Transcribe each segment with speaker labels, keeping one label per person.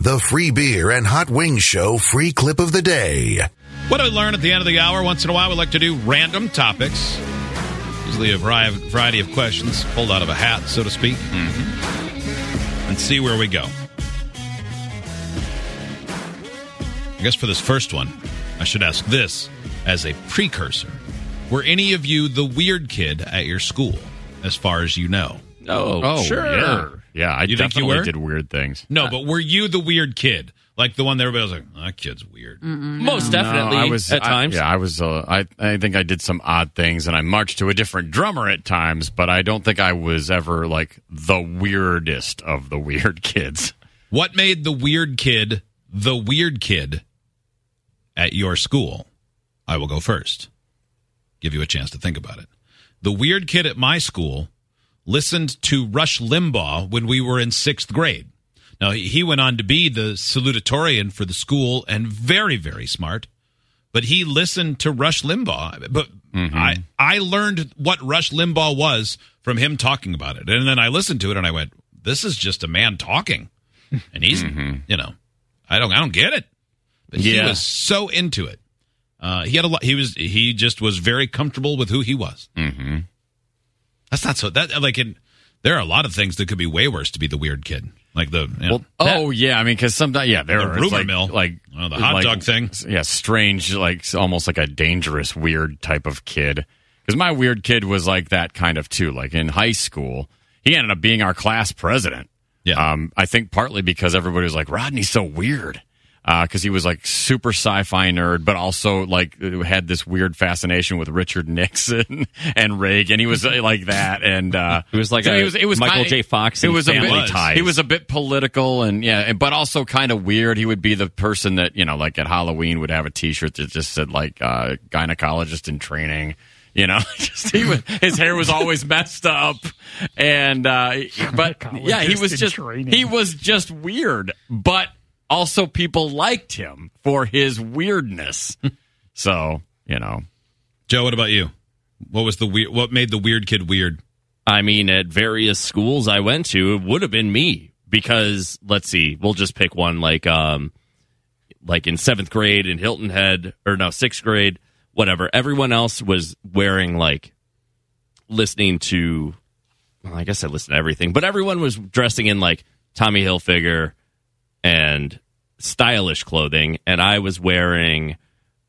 Speaker 1: The Free Beer and Hot Wings Show free clip of the day.
Speaker 2: What do we learn at the end of the hour? Once in a while, we like to do random topics, usually a vari- variety of questions pulled out of a hat, so to speak, and see where we go. I guess for this first one, I should ask this as a precursor. Were any of you the weird kid at your school, as far as you know?
Speaker 3: Oh, sure.
Speaker 2: yeah.
Speaker 3: Yeah, I
Speaker 2: You think you
Speaker 3: definitely
Speaker 2: were?
Speaker 3: did weird things.
Speaker 2: No, but were you the weird kid? Like the one that everybody was like, that kid's weird.
Speaker 4: Most definitely
Speaker 3: No, I was,
Speaker 4: at
Speaker 3: I-
Speaker 4: times.
Speaker 3: yeah, I was. Uh, I I think I did some odd things, and I marched to a different drummer at times. But I don't think I was ever like the weirdest of the weird kids.
Speaker 2: What made the weird kid the weird kid at your school? I will go first. Give you a chance to think about it. The weird kid at my school listened to Rush Limbaugh when we were in sixth grade. Now, he he went on to be the salutatorian for the school and very, very smart. But he listened to Rush Limbaugh. But I, I learned what Rush Limbaugh was from him talking about it. And then I listened to it and I went, this is just a man talking and he's you know i don't i don't get it but he
Speaker 3: Yeah.
Speaker 2: was so into it uh he had a lot he was he just was very comfortable with who he was mm-hmm. that's not so that like in there are a lot of things that could be way worse to be the weird kid like the you know,
Speaker 3: Well, oh yeah, I mean, because sometimes yeah, there
Speaker 2: The
Speaker 3: are it's
Speaker 2: rumor
Speaker 3: like,
Speaker 2: mill.
Speaker 3: like
Speaker 2: Oh, the hot
Speaker 3: like-
Speaker 2: dog thing.
Speaker 3: Yeah, strange, like almost like a dangerous, weird type of kid. Because my weird kid was like that kind of too. Like in high school, he ended up being our class president.
Speaker 2: yeah
Speaker 3: Um, I think partly because everybody was like, Rodney's so weird. Because he was like super sci-fi nerd, but also like uh, had this weird fascination with Richard Nixon and Reagan. He was uh, like that, and uh,
Speaker 4: He was like
Speaker 3: so
Speaker 4: a Michael J. Fox
Speaker 3: It
Speaker 4: in
Speaker 3: was a
Speaker 4: Family
Speaker 3: bit,
Speaker 4: Ties.
Speaker 3: He was a bit political, and yeah, and- but also kind of weird. He would be the person that you know, like at Halloween, would have a T-shirt that just said like uh, gynecologist in training. You know, just he was, his hair was always messed up, and uh, but yeah, he
Speaker 5: Gynecologist
Speaker 3: was
Speaker 5: in
Speaker 3: just
Speaker 5: training.
Speaker 3: he was just weird, but also people liked him for his weirdness. so you know,
Speaker 2: joe what about you what was the weird what made the weird kid weird
Speaker 4: I mean, at various schools I went to, it would have been me because let's see, we'll just pick one like um like in seventh grade in Hilton Head or no sixth grade, whatever. Everyone else was wearing like listening to. Well, I guess I listened to everything, but everyone was dressing in like Tommy Hilfiger and stylish clothing, and I was wearing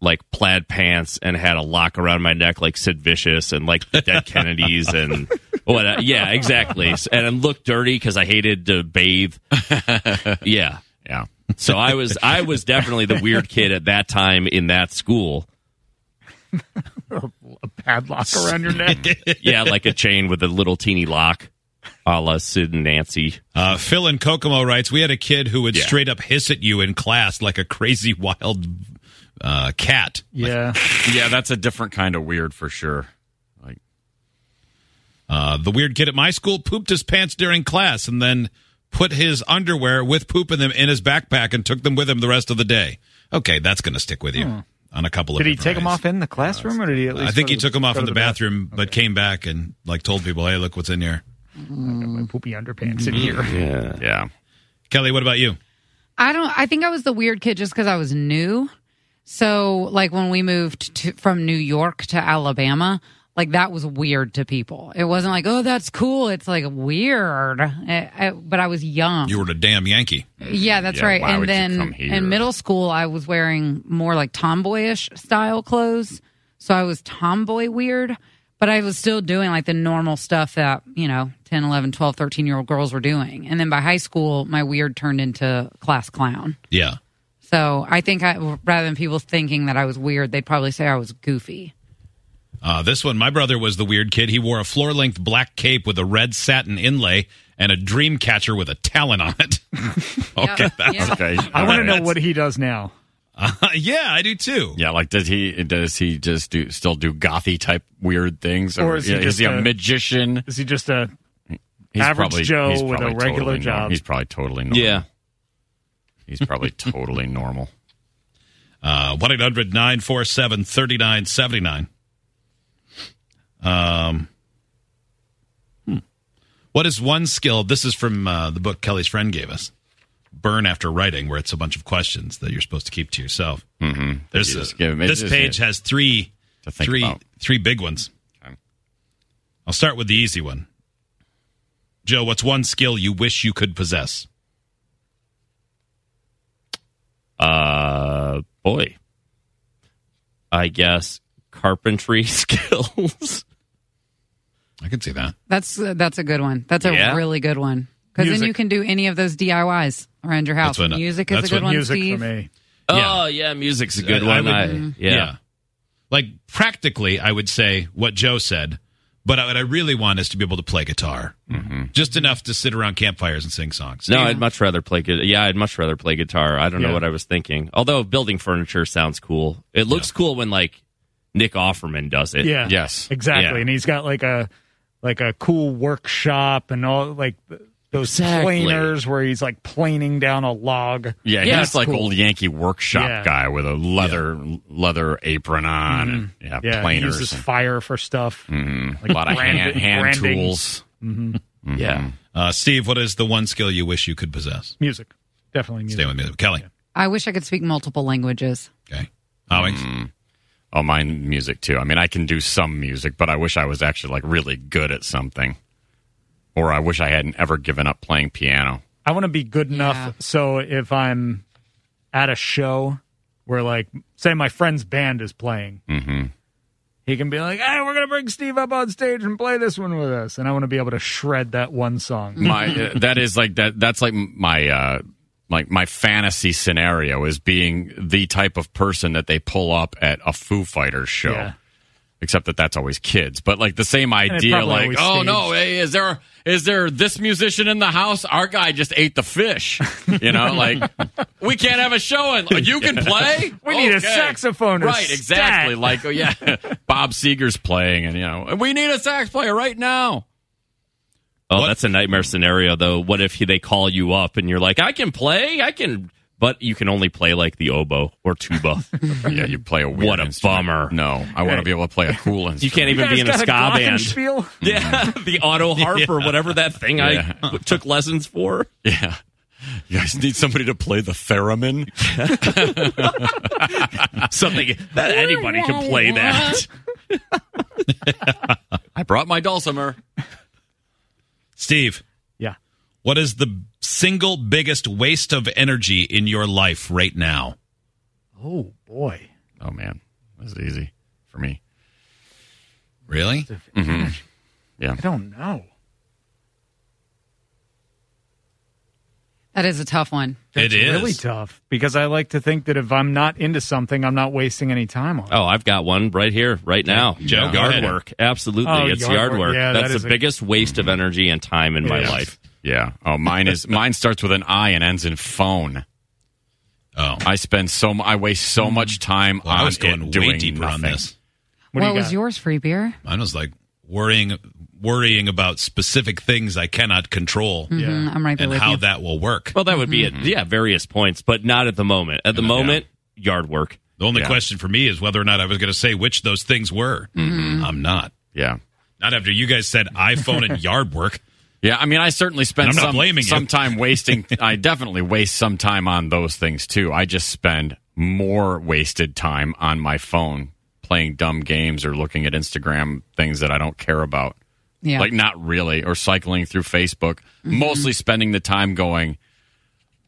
Speaker 4: like plaid pants and had a lock around my neck like Sid Vicious and like the Dead Kennedys and what? uh, Yeah, exactly. S- And I looked dirty because I hated to bathe. Yeah,
Speaker 3: yeah.
Speaker 4: so I was I was definitely the weird kid at that time in that school.
Speaker 5: A padlock around your neck.
Speaker 4: Yeah, like a chain with a little teeny lock, a la Sid and Nancy.
Speaker 2: uh, Phil in Kokomo writes, "We had a kid who would
Speaker 3: Yeah.
Speaker 2: straight up hiss at you in class like a crazy wild uh, cat."
Speaker 5: yeah.
Speaker 3: yeah, that's a different kind of weird for sure. Like,
Speaker 2: Uh, the weird kid at my school pooped his pants during class and then put his underwear with poop in them in his backpack and took them with him the rest of the day. Okay, that's going to stick with you on a couple of.
Speaker 5: Hmm. Did he
Speaker 2: different
Speaker 5: take them
Speaker 2: ways.
Speaker 5: off in the classroom, or did he? At least
Speaker 2: I think
Speaker 5: go
Speaker 2: he
Speaker 5: to
Speaker 2: took them off
Speaker 5: go
Speaker 2: in
Speaker 5: to
Speaker 2: the bathroom, but came back and like told people, "Hey, look what's in here."
Speaker 5: bathroom? My poopy underpants in here.
Speaker 3: yeah.
Speaker 2: Kelly, what about you?
Speaker 6: I don't. I think I was the weird kid just because I was new. So, like when we moved to, from New York to Alabama, Like that was weird to people. It wasn't like, oh, that's cool. It's like weird. I- I- but I was young.
Speaker 2: You were the damn Yankee.
Speaker 6: yeah, that's
Speaker 3: Yeah,
Speaker 6: right.
Speaker 3: why
Speaker 6: And
Speaker 3: would you
Speaker 6: then
Speaker 3: come here?
Speaker 6: in middle school, I was wearing more like tomboyish style clothes. So I was tomboy weird, but I was still doing like the normal stuff that, you know, 10, 11, 12, 13 year old girls were doing. And then by high school, my weird turned into class clown.
Speaker 2: Yeah.
Speaker 6: So I think I, rather than people thinking that I was weird, they'd probably say I was goofy.
Speaker 2: Uh, this one, my brother was the weird kid. He wore a floor length black cape with a red satin inlay and a dream catcher with a talon on it. okay. that-
Speaker 6: Yeah.
Speaker 3: Okay.
Speaker 5: I want to know what he does now.
Speaker 2: yeah, I do too.
Speaker 3: Yeah, like does he does he just do still do gothy type weird things,
Speaker 5: Or is he
Speaker 3: yeah,
Speaker 5: just
Speaker 3: a,
Speaker 5: a-
Speaker 3: magician?
Speaker 5: Is he just a?
Speaker 3: He's
Speaker 5: Average Joe
Speaker 3: he's
Speaker 5: with a
Speaker 3: probably
Speaker 5: regular
Speaker 3: totally normal.
Speaker 5: job.
Speaker 3: He's probably totally normal.
Speaker 4: Yeah.
Speaker 3: he's probably totally normal.
Speaker 2: Uh, 1-800-947-3979. Um, hmm. What is one skill? This is from uh, the book Kelly's friend gave us. Burn after writing, where it's a bunch of questions that you're supposed to keep to yourself. Mm-hmm. There's
Speaker 3: You
Speaker 2: a-
Speaker 3: just give 'em-
Speaker 2: this
Speaker 3: it's just-
Speaker 2: page has three,
Speaker 3: To think
Speaker 2: three,
Speaker 3: about.
Speaker 2: three big ones.
Speaker 3: Okay.
Speaker 2: I'll start with the easy one. Joe, what's one skill you wish you could possess?
Speaker 4: Uh, boy. I guess carpentry skills.
Speaker 2: I can see that.
Speaker 6: That's that's a good one. That's a
Speaker 4: Yeah.
Speaker 6: really good one because then
Speaker 5: Music.
Speaker 6: you can do any of those DIYs around your house.
Speaker 2: That's what-
Speaker 6: music is a
Speaker 2: that's
Speaker 6: good
Speaker 2: what
Speaker 6: one,
Speaker 5: music
Speaker 6: Steve.
Speaker 5: for me.
Speaker 2: Yeah.
Speaker 4: Oh, yeah, music's a good
Speaker 2: I- I
Speaker 4: one. I Mm-hmm.
Speaker 2: would- Mm.
Speaker 4: yeah.
Speaker 2: Like practically, I would say what Joe said, but what I really want is to be able to play guitar, just enough to sit around campfires and sing songs.
Speaker 4: Mm-hmm. No, I'd much rather play guitar. Yeah, I'd much rather play guitar. I don't know
Speaker 5: Yeah.
Speaker 4: what I was thinking. Although building furniture sounds cool. It looks cool when like Nick Offerman does it.
Speaker 5: Yeah.
Speaker 3: Yes.
Speaker 5: Exactly.
Speaker 4: Yeah.
Speaker 5: And he's got like a like a cool workshop and all like th- those
Speaker 4: Exactly.
Speaker 5: planers where he's like planing down a log.
Speaker 3: Yeah,
Speaker 4: Yeah,
Speaker 3: he's
Speaker 4: it's
Speaker 3: like
Speaker 5: cool.
Speaker 3: old Yankee workshop
Speaker 5: Yeah.
Speaker 3: guy with a leather leather apron on and yeah,
Speaker 5: Yeah. He
Speaker 3: planers,
Speaker 5: uses
Speaker 3: and,
Speaker 5: fire for stuff.
Speaker 2: Mm.
Speaker 3: Mhm.
Speaker 5: like
Speaker 3: a lot of
Speaker 5: brand-
Speaker 3: hand, hand
Speaker 5: branding. Mm-hmm.
Speaker 3: tools.
Speaker 4: Yeah.
Speaker 2: Uh, Steve, what is the one skill you wish you could possess?
Speaker 5: Music. Definitely music.
Speaker 2: Stay with me, Kelly.
Speaker 6: I wish I could speak multiple languages.
Speaker 2: Okay, Alex.
Speaker 4: Mm.
Speaker 3: Oh, mine music too. I mean, I can do some music, but I wish I was actually like really good at something, or I wish I hadn't ever given up playing piano.
Speaker 5: I want to be good enough
Speaker 6: Yeah.
Speaker 5: so if I'm at a show where, like, say my friend's band is playing, he can be like, "Hey, we're gonna bring Steve up on stage and play this one with us," and I want to be able to shred that one song.
Speaker 3: my uh, that is like that that's like my uh like my fantasy scenario is being the type of person that they pull up at a Foo Fighters show.
Speaker 5: Yeah.
Speaker 3: Except that that's always kids, but like the same idea,
Speaker 5: probably
Speaker 3: like
Speaker 5: always
Speaker 3: oh
Speaker 5: staged.
Speaker 3: no, hey, is there is there this musician in the house? Our guy just ate the fish, you know. Like we can't have a show, and oh, you can play.
Speaker 5: We need a saxophonist,
Speaker 3: right? Exactly.
Speaker 5: stat.
Speaker 3: Like oh yeah, Bob Seger's playing, and you know we need a sax player right now.
Speaker 4: Oh,
Speaker 2: What-
Speaker 4: that's a nightmare scenario though. What if he, they call you up and you're like, I can play, I can, but you can only play like the oboe or tuba.
Speaker 3: Yeah, you play a weird
Speaker 4: What a
Speaker 3: instrument.
Speaker 4: bummer.
Speaker 3: No, I want to be able to play a cool instrument.
Speaker 4: you can't even be in a ska band.
Speaker 5: Glockenspiel?
Speaker 4: Yeah, the auto harp or whatever that thing I
Speaker 3: Yeah.
Speaker 4: w- took lessons for.
Speaker 3: Yeah. You guys need somebody to play the theremin.
Speaker 4: Something that anybody can play that.
Speaker 3: I brought my dulcimer.
Speaker 2: Steve,
Speaker 5: Yeah,
Speaker 2: what is the single biggest waste of energy in your life right now?
Speaker 5: Oh boy.
Speaker 3: Oh man, that's easy for me.
Speaker 2: Really?
Speaker 5: I don't know.
Speaker 6: That is a tough one.
Speaker 2: It is.
Speaker 5: really tough because I like to think that if I'm not into something, I'm not wasting any time on it.
Speaker 4: Oh, I've got one right here, right now.
Speaker 2: Joe, go
Speaker 4: yard
Speaker 2: ahead.
Speaker 4: work. Absolutely.
Speaker 5: Oh,
Speaker 4: it's
Speaker 5: yard
Speaker 4: yard
Speaker 5: work.
Speaker 4: work.
Speaker 5: Yeah,
Speaker 4: That's
Speaker 5: that is
Speaker 4: the
Speaker 5: a-
Speaker 4: biggest waste of energy and time in my
Speaker 5: is.
Speaker 4: life.
Speaker 3: Yeah. Oh, mine is mine starts with an I and ends in phone.
Speaker 2: Oh,
Speaker 3: I spend so mu- I waste
Speaker 4: Hmm.
Speaker 3: so much time
Speaker 2: well,
Speaker 3: on
Speaker 2: I was going
Speaker 3: it
Speaker 2: way
Speaker 3: doing
Speaker 2: deeper
Speaker 3: nothing.
Speaker 2: on this.
Speaker 6: What,
Speaker 5: What do you
Speaker 6: was
Speaker 5: got?
Speaker 6: yours, free beer?
Speaker 2: Mine was like worrying, worrying about specific things I cannot control
Speaker 5: Yeah.
Speaker 6: Mm, I'm right there
Speaker 2: and
Speaker 6: with
Speaker 2: how
Speaker 6: you.
Speaker 2: that will work.
Speaker 4: Well, that would be at yeah, various points, but not at the moment. At the moment, yard work.
Speaker 2: The only
Speaker 3: Yeah.
Speaker 2: question for me is whether or not I was going to say which those things were.
Speaker 6: Mm-hmm.
Speaker 2: I'm not.
Speaker 3: Yeah.
Speaker 2: Not after you guys said iPhone and yard work.
Speaker 3: Yeah, I mean, I certainly spend
Speaker 2: I'm not
Speaker 3: some,
Speaker 2: blaming you.
Speaker 3: some time wasting. I definitely waste some time on those things too. I just spend more wasted time on my phone playing dumb games or looking at Instagram things that I don't care about.
Speaker 6: Yeah. Mm-hmm.
Speaker 3: Like not really, or cycling through Facebook. Mostly spending the time going,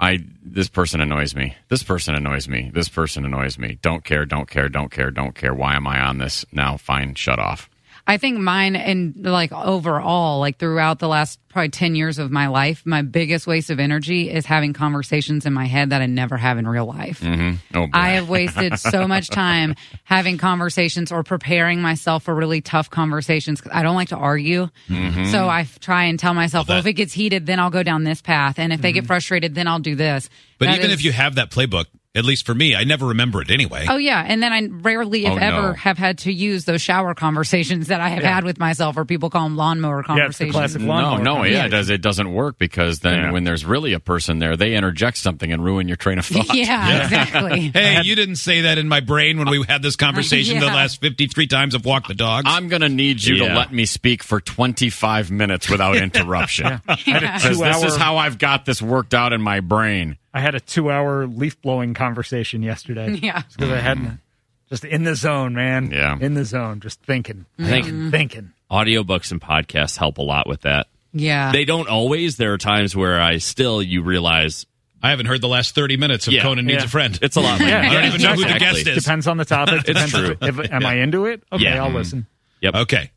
Speaker 3: I this person annoys me. This person annoys me. This person annoys me. Don't care, don't care, don't care, don't care. Why am I on this? Now fine, shut off.
Speaker 6: I think mine and like overall, like throughout the last probably 10 years of my life, my biggest waste of energy is having conversations in my head that I never have in real life.
Speaker 3: Oh boy.
Speaker 6: I have wasted so much time having conversations or preparing myself for really tough conversations. 'cause I don't like to argue. So I f- try and tell myself, well, if it gets heated, then I'll go down this path. And if they get frustrated, then I'll do this.
Speaker 2: But
Speaker 6: That
Speaker 2: even
Speaker 6: is-
Speaker 2: if you have that playbook, at least for me, I never remember it anyway.
Speaker 6: Oh yeah, and then I rarely, if
Speaker 3: Oh, no.
Speaker 6: ever, have had to use those shower conversations that I have had with myself, or people call them lawnmower
Speaker 5: Yeah, it's
Speaker 6: conversations.
Speaker 5: the classic
Speaker 3: no,
Speaker 5: lawnmower
Speaker 3: no, yeah,
Speaker 5: conversation.
Speaker 3: it, does, it doesn't work because then
Speaker 5: Yeah.
Speaker 3: when there's really a person there, they interject something and ruin your train of thought.
Speaker 6: Yeah, exactly.
Speaker 2: Hey, you didn't say that in my brain when we had this conversation the
Speaker 6: Yeah.
Speaker 2: last 53 times I've walked the dogs.
Speaker 3: I'm going to need you to
Speaker 4: Yeah.
Speaker 3: let me speak for 25 minutes without interruption.
Speaker 5: I had a
Speaker 3: Because this is
Speaker 5: two-hour-
Speaker 3: how I've got this worked out in my brain.
Speaker 5: I had a two-hour leaf-blowing conversation yesterday.
Speaker 6: Yeah.
Speaker 5: because I
Speaker 2: Mm-hmm.
Speaker 5: hadn't. Just in the zone, man.
Speaker 3: Yeah.
Speaker 5: in the zone, just thinking,
Speaker 4: think-
Speaker 5: thinking, thinking.
Speaker 4: Audiobooks and podcasts help a lot with that.
Speaker 6: yeah,
Speaker 4: They don't always. There are times where I still you realize
Speaker 2: I haven't heard the last 30 minutes of
Speaker 4: Yeah.
Speaker 2: Conan Needs
Speaker 5: Yeah.
Speaker 2: a Friend.
Speaker 4: it's a lot. later.
Speaker 2: I don't even know who the
Speaker 4: Exactly.
Speaker 2: guest is.
Speaker 5: Depends on the topic. Depends
Speaker 4: true.
Speaker 5: If, am I into it? Okay,
Speaker 4: Yeah.
Speaker 2: Mm-hmm.
Speaker 5: I'll listen.
Speaker 2: Okay.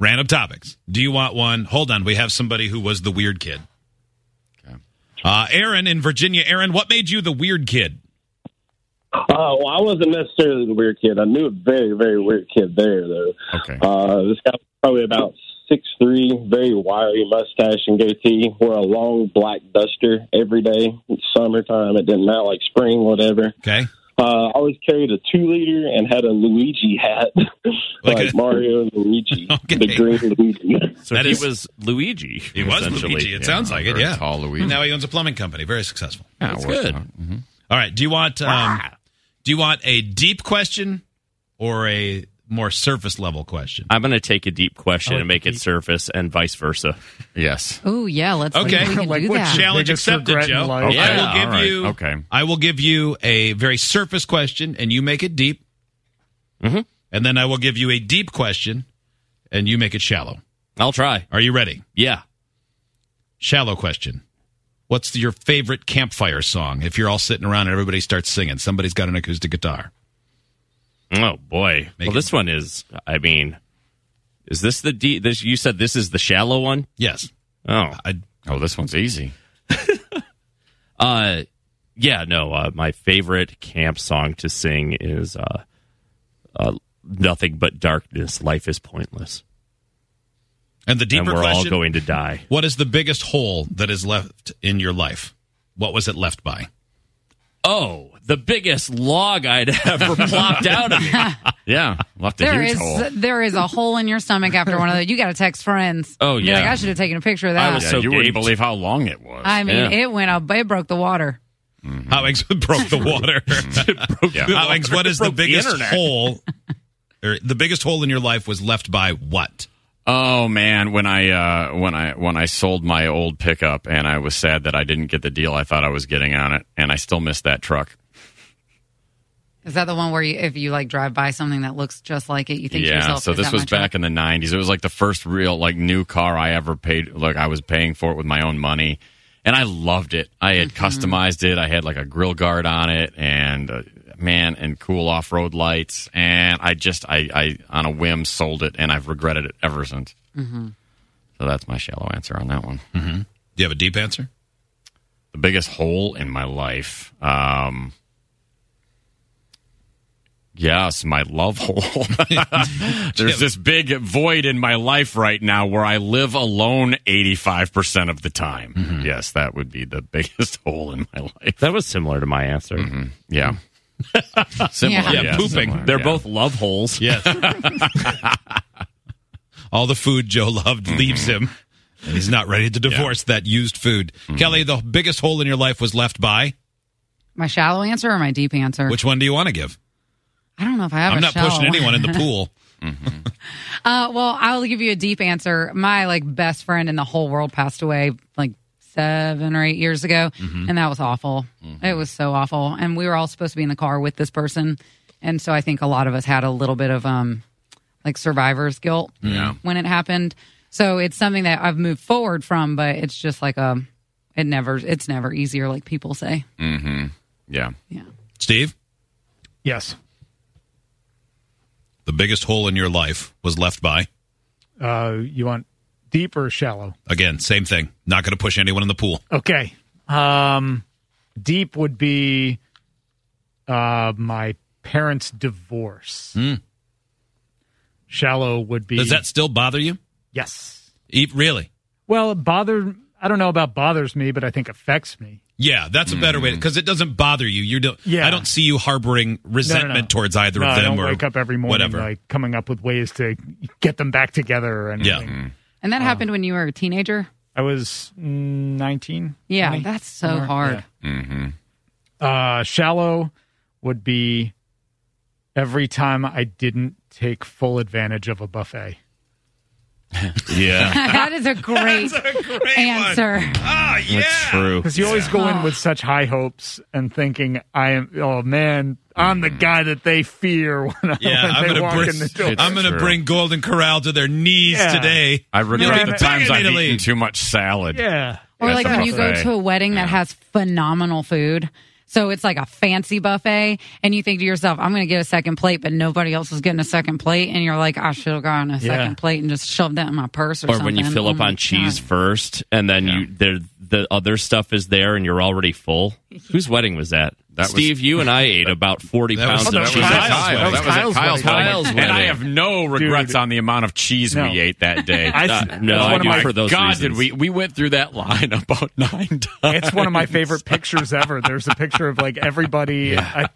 Speaker 2: Random topics. Do you want one? Hold on. We have somebody who was the weird kid. Uh, Aaron in Virginia. Aaron, what made you the weird kid?
Speaker 7: Uh, well, I wasn't necessarily the weird kid. I knew a very, very weird kid there, though.
Speaker 3: Okay.
Speaker 7: Uh, this guy was probably about six three, very wiry mustache and goatee, wore a long black duster every day. It's summertime, it didn't matter, like spring, whatever.
Speaker 2: Okay.
Speaker 7: Uh, always carried a two liter and had a Luigi hat, like,
Speaker 2: Like a-
Speaker 7: Mario and Luigi,
Speaker 2: Okay.
Speaker 7: the green Luigi.
Speaker 4: So
Speaker 2: That
Speaker 4: he
Speaker 2: is-
Speaker 4: was Luigi.
Speaker 2: He was
Speaker 4: essentially.
Speaker 2: Luigi. It sounds like it.
Speaker 3: very
Speaker 2: Yeah.
Speaker 3: tall Luigi.
Speaker 2: Now he owns a plumbing company. Very successful.
Speaker 3: Yeah, it worked
Speaker 4: good.
Speaker 3: out. Mm-hmm.
Speaker 2: All right. Do you want um, do you want a deep question or a more surface level question?
Speaker 3: Uh,
Speaker 4: I'm going to take a deep question and make it surface, and vice versa.
Speaker 3: Yes.
Speaker 6: Oh yeah, let's see
Speaker 2: Okay.
Speaker 6: if we can
Speaker 5: Like,
Speaker 6: do
Speaker 5: what's
Speaker 6: that.
Speaker 5: your-
Speaker 2: Challenge
Speaker 5: Biggest
Speaker 2: accepted,
Speaker 5: regret in
Speaker 2: Joe.
Speaker 5: life.
Speaker 3: Okay.
Speaker 2: I will
Speaker 3: Yeah,
Speaker 2: give
Speaker 3: all right,
Speaker 2: you
Speaker 3: okay.
Speaker 2: I will give you a very surface question, and you make it deep.
Speaker 3: Mm-hmm.
Speaker 2: And then I will give you a deep question, and you make it shallow.
Speaker 4: I'll try.
Speaker 2: Are you ready?
Speaker 4: Yeah.
Speaker 2: Shallow question. What's your favorite campfire song? If you're all sitting around and everybody starts singing, somebody's got an acoustic guitar.
Speaker 4: Oh boy.
Speaker 2: Make
Speaker 4: well,
Speaker 2: it-
Speaker 4: this one is. I mean, is this the deep? This you said this is the shallow one.
Speaker 2: Yes.
Speaker 4: Oh.
Speaker 2: I,
Speaker 3: Oh, this one's easy.
Speaker 4: Uh, yeah. No. Uh, my favorite camp song to sing is uh, uh, "Nothing But Darkness." Life is pointless,
Speaker 2: and the deeper
Speaker 4: and we're
Speaker 2: question.
Speaker 4: all going to die.
Speaker 2: What is the biggest hole that is left in your life? What was it left by?
Speaker 4: Oh, the biggest log I'd ever plopped out of me.
Speaker 3: Yeah. Left a
Speaker 6: There
Speaker 3: huge
Speaker 6: is
Speaker 3: hole.
Speaker 6: there is a hole in your stomach after one of those. You got to text friends.
Speaker 4: Oh,
Speaker 6: You're like
Speaker 4: yeah.
Speaker 6: I should have taken a picture of that.
Speaker 4: I
Speaker 6: I,
Speaker 4: was-
Speaker 3: Yeah,
Speaker 4: so
Speaker 3: you wouldn't
Speaker 4: gaped.
Speaker 3: believe how long it was.
Speaker 6: mean,
Speaker 4: yeah.
Speaker 6: it went up. It broke the water.
Speaker 4: Mm-hmm.
Speaker 2: How Alex broke the water.
Speaker 3: Yeah.
Speaker 2: Alex, what is the
Speaker 4: Broke the
Speaker 2: biggest
Speaker 4: internet.
Speaker 2: hole? Or the biggest hole in your life was left by what?
Speaker 3: Oh man, when I uh, when I when I sold my old pickup and I was sad that I didn't get the deal I thought I was getting on it, and I still miss that truck.
Speaker 6: Is that the one where you, if you like drive by something that looks just like it, you think to
Speaker 3: yeah,
Speaker 6: yourself,
Speaker 3: so
Speaker 6: "Is
Speaker 3: this
Speaker 6: that
Speaker 3: was
Speaker 6: my truck?"
Speaker 3: back in the '90s. It was like the first real like new car I ever paid. Like I was paying for it with my own money, and I loved it. I had
Speaker 6: Mm-hmm.
Speaker 3: customized it. I had like a grill guard on it, and uh, man, and cool off road lights. And I just I I on a whim sold it, and I've regretted it ever since.
Speaker 6: Mm-hmm.
Speaker 3: So that's my shallow answer on that one.
Speaker 2: Do you have a deep answer?
Speaker 3: the biggest hole in my life. Um, yes, my love hole. There's this big void in my life right now where I live alone 85% of the time. Yes, that would be the biggest hole in my life.
Speaker 4: That was similar to my answer.
Speaker 3: Yeah. similar,
Speaker 6: Yeah,
Speaker 2: pooping.
Speaker 3: similar,
Speaker 4: They're
Speaker 3: yeah.
Speaker 4: both love holes.
Speaker 2: Yes. All the food Joe loved
Speaker 4: Mm-hmm.
Speaker 2: leaves him, and he's not ready to divorce that used food.
Speaker 4: Mm-hmm.
Speaker 2: Kelly, the biggest hole in your life was left by.
Speaker 6: my shallow answer or my deep answer.
Speaker 2: Which one do you want to give?
Speaker 6: I don't know if I have.
Speaker 2: I'm
Speaker 6: a
Speaker 2: not
Speaker 6: shallow
Speaker 2: pushing
Speaker 6: one.
Speaker 2: anyone in the pool.
Speaker 6: Uh, well, I'll give you a deep answer. My like best friend in the whole world passed away like seven or eight years Mm-hmm. ago, and that was awful. It was so awful, and we were all supposed to be in the car with this person, And so I think a lot of us had a little bit of um like survivor's guilt when it happened. So it's something that I've moved forward from, but it's just like a it never it's never easier like people say.
Speaker 3: Yeah.
Speaker 6: Yeah.
Speaker 2: Steve,
Speaker 5: Yes.
Speaker 2: the biggest hole in your life was left by
Speaker 5: Uh, you want deep or shallow?
Speaker 2: again, same thing. Not going to push anyone in the pool.
Speaker 5: Okay. Um, deep would be uh, my parents' divorce. Shallow would be
Speaker 2: Does Mm. that still bother you?
Speaker 5: yes.
Speaker 2: E- Really?
Speaker 5: Well, it bothered. I don't know about bothers me, but I think affects me.
Speaker 2: Yeah, that's a better way because it doesn't bother you. You don't.
Speaker 5: Mm. Yeah.
Speaker 2: I don't see you harboring
Speaker 5: No, no, no.
Speaker 2: resentment towards either
Speaker 5: No,
Speaker 2: of
Speaker 5: I
Speaker 2: them.
Speaker 5: don't
Speaker 2: or
Speaker 5: wake up every morning
Speaker 2: Whatever.
Speaker 5: like coming up with ways to get them back together or
Speaker 2: yeah. Mm.
Speaker 5: anything.
Speaker 6: And that happened when you were a teenager?
Speaker 5: I was mm, nineteen.
Speaker 6: Yeah,
Speaker 5: 20,
Speaker 6: that's so
Speaker 5: somewhere.
Speaker 6: hard.
Speaker 5: Uh, shallow would be every time I didn't take full advantage of a buffet.
Speaker 4: Yeah,
Speaker 6: that is a great, answer.
Speaker 2: Ah, yeah.
Speaker 4: that's true.
Speaker 5: Because you always go in with such high hopes and thinking, "I am, oh man, I'm the guy that they fear when, I,
Speaker 2: Mm. Yeah,
Speaker 5: when
Speaker 2: I'm
Speaker 5: they
Speaker 2: gonna
Speaker 5: walk
Speaker 2: bring,
Speaker 5: in the door."
Speaker 3: It's
Speaker 2: I'm gonna
Speaker 3: true.
Speaker 2: bring Golden Corral to their knees
Speaker 5: Yeah.
Speaker 2: today.
Speaker 3: I regret
Speaker 5: Yeah,
Speaker 3: the
Speaker 2: begging
Speaker 3: times
Speaker 2: me
Speaker 3: I've
Speaker 2: to
Speaker 3: eaten
Speaker 2: leave.
Speaker 3: too much salad.
Speaker 5: yeah,
Speaker 6: Or
Speaker 3: That's
Speaker 6: like
Speaker 3: a
Speaker 6: when you go
Speaker 3: buffet.
Speaker 6: to a wedding that has phenomenal food. So it's like a fancy buffet, and you think to yourself, I'm going to get a second plate, but nobody else is getting a second plate. And you're like, I should have gotten a second plate and just shoved that in my purse or,
Speaker 4: Or when you
Speaker 6: something."
Speaker 4: fill
Speaker 6: Oh
Speaker 4: up
Speaker 6: my
Speaker 4: on
Speaker 6: God.
Speaker 4: cheese first, and then you there the other stuff is there, and you're already full. Whose wedding was that?
Speaker 3: was-
Speaker 4: Steve, you and I ate about forty
Speaker 2: That was-
Speaker 4: pounds
Speaker 2: Oh,
Speaker 4: of
Speaker 2: that was
Speaker 4: cheese.
Speaker 2: Kyle's
Speaker 3: That
Speaker 2: wedding.
Speaker 3: was,
Speaker 5: Kyle's
Speaker 3: at Kyle's
Speaker 5: wedding.
Speaker 3: wedding.
Speaker 4: Kyle's
Speaker 3: And I
Speaker 4: wedding.
Speaker 3: have no regrets
Speaker 5: Dude.
Speaker 3: on the amount of cheese
Speaker 5: No.
Speaker 3: we ate that day.
Speaker 5: I-
Speaker 4: Uh,
Speaker 5: That's
Speaker 4: no,
Speaker 5: one
Speaker 4: I
Speaker 5: of
Speaker 4: do
Speaker 5: my-
Speaker 4: for those
Speaker 3: God,
Speaker 4: reasons.
Speaker 3: did we we went through that line about nine times.
Speaker 5: it's one of my favorite pictures ever. There's a picture of like everybody. I,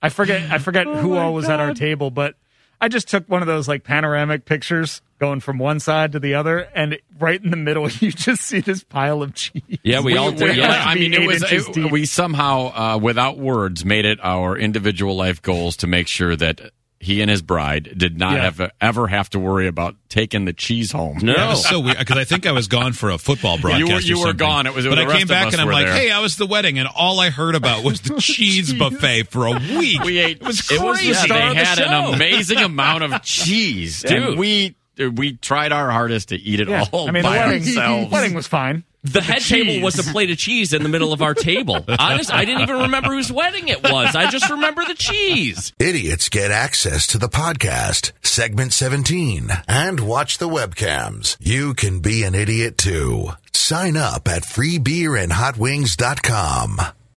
Speaker 5: I forget, I forget who all was at our table, but I just took one of those like panoramic pictures going from one side to the other, and right in the middle, you just see this pile of cheese.
Speaker 4: Yeah, we, all
Speaker 5: were-
Speaker 4: did. Yeah,
Speaker 5: like,
Speaker 3: I mean,
Speaker 5: eight
Speaker 3: it was.
Speaker 5: inches
Speaker 3: it-
Speaker 5: deep.
Speaker 3: we somehow, uh, without words, made it our individual life goals to make sure that he and his bride did not
Speaker 5: Yeah.
Speaker 3: have ever have to worry about taking the cheese home.
Speaker 4: No.
Speaker 2: That was so weird because I think I was gone for a football broadcast.
Speaker 3: you were-
Speaker 2: or
Speaker 3: you were
Speaker 2: something.
Speaker 3: gone. It was-
Speaker 2: but
Speaker 3: the
Speaker 2: I
Speaker 3: rest
Speaker 2: came
Speaker 3: of
Speaker 2: back
Speaker 3: us
Speaker 2: and I'm
Speaker 3: were
Speaker 2: like,
Speaker 3: there.
Speaker 2: hey, I was at the wedding, and all I heard about was the cheese buffet for a week.
Speaker 3: We ate.
Speaker 2: It was
Speaker 3: It was,
Speaker 2: crazy.
Speaker 3: yeah,
Speaker 4: star of
Speaker 3: they
Speaker 4: the
Speaker 3: had
Speaker 4: show.
Speaker 3: an amazing amount of cheese,
Speaker 4: Dude.
Speaker 3: dude. We we tried our hardest to eat it
Speaker 5: Yeah.
Speaker 3: all
Speaker 5: I mean, the
Speaker 3: by
Speaker 5: wedding,
Speaker 3: ourselves.
Speaker 5: wedding was fine.
Speaker 4: The head table was a plate of cheese in the middle of our table. Honest, I didn't even remember whose wedding it was. I just remember the cheese.
Speaker 1: Idiots get access to the podcast, segment 17, and watch the webcams. You can be an idiot too. Sign up at freebeerandhotwings.com.